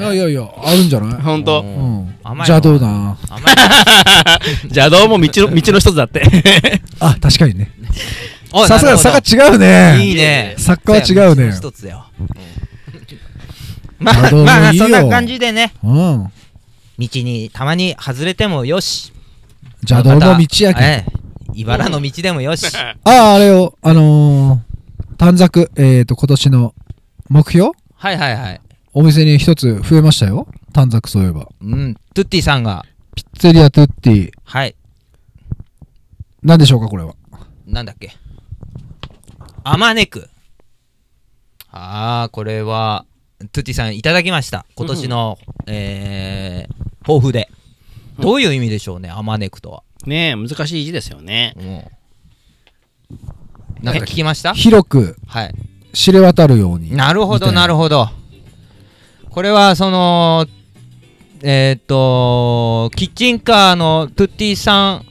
B: やいやいや、あるんじゃない
D: ほん
C: 好
D: と
C: きだ
B: う。
C: なん甘いの
B: じゃあどうだな。
C: 甘い
D: 邪道も 道の道の一つだって
B: あ、確かにね。
C: おい
B: さすが、
C: なるほど
B: 差が違うね。
C: いいね
B: 作家は違うね
C: 一つだよ ま
B: なる
C: あ
B: ほど
C: ま
B: も
C: あ
B: ういいよ
C: そんな感じでね
B: うん。
C: 道にたまに外れてもよし
B: 邪道の道やけ。
C: ええ茨の道でもよし
B: ああ、あれを、あのー、短冊、えっ、ー、と、今年の目標
C: はいはいはい
B: お店に一つ増えましたよ。短冊そういえば。
C: うんトゥッティさんが
B: ピッツェリアトゥッティ。
C: はい
B: なんでしょうか、これは。
C: なんだっけあまねくああこれはトゥッティさんいただきました今年の、えー、抱負で
D: うん
C: どういう意味でしょうねあまねくとは、
D: ねえ難しい字ですよね
C: うん、なんか聞きました
B: 広く
C: はい
B: 知れ渡るように。
C: なるほ
B: みた
C: ど
B: いな
C: なるほどこれはそのえーっとキッチンカーのトゥッティさん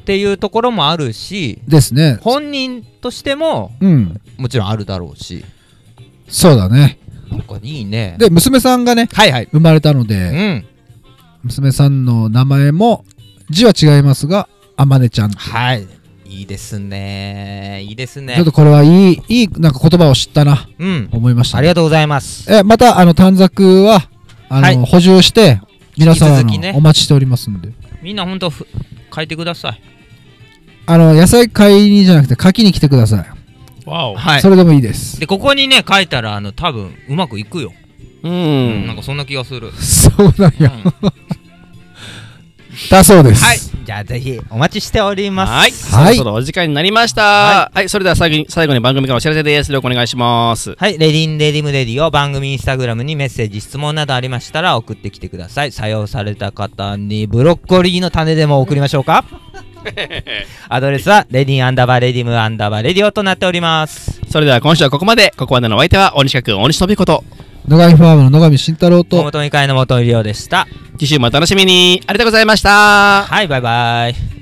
C: っていうところもあるし
B: ですね。
C: 本人としても
B: うん。
C: もちろんあるだろうし
B: そうだね。
C: なんかいいね
B: で、娘さんがね、
C: はいはい
B: 生まれたの
C: う
B: で、
C: ん
B: 娘さんの名前も、字は違いますが、あまねちゃんっていう。
C: はいいいですねいいですね
B: ちょっとこれはいい、いい、なんか言葉を知ったな、
C: うん
B: 思いました、
C: ありがとうございます
B: え、また、あの、短冊は、あの、
C: はい
B: 補充して、皆さんあ
C: 引き続き
B: の、
C: ね
B: お待ちしておりますので。
C: みんなほんとふ書いてください
B: あの、野菜買いにじゃなくて、柿に来てください。
A: わお。
C: はい
B: それでもいいです。
C: でここにね書いたらあの多分うまくいくよ、
D: う
C: なんんかそんな気がする、
B: そうなん
C: うん
B: や。
C: は
B: だそうです。
C: いじゃあぜひお待ちしております
A: はい、そろそろお時間になりました。は、
C: はい
A: それでは最後に最後に番組からお知らせです。よろしくお願いします。
C: はい、レディンレディムレディを番組インスタグラムにメッセージ、質問などありましたら送ってきてください。採用された方にブロッコリーの種でも送りましょうか。アドレスはレディンアンダーバーレディムアンダーバーレディオとなっております。
A: それでは今週はここまで。ここまでのお相手は大西学大西飛こと。
B: 野上ファームの野上慎太郎
C: と
B: と
C: 元2回の元井亮でした。
A: 次週もお楽しみに。ありがとうございました。
C: はい、バイバイ。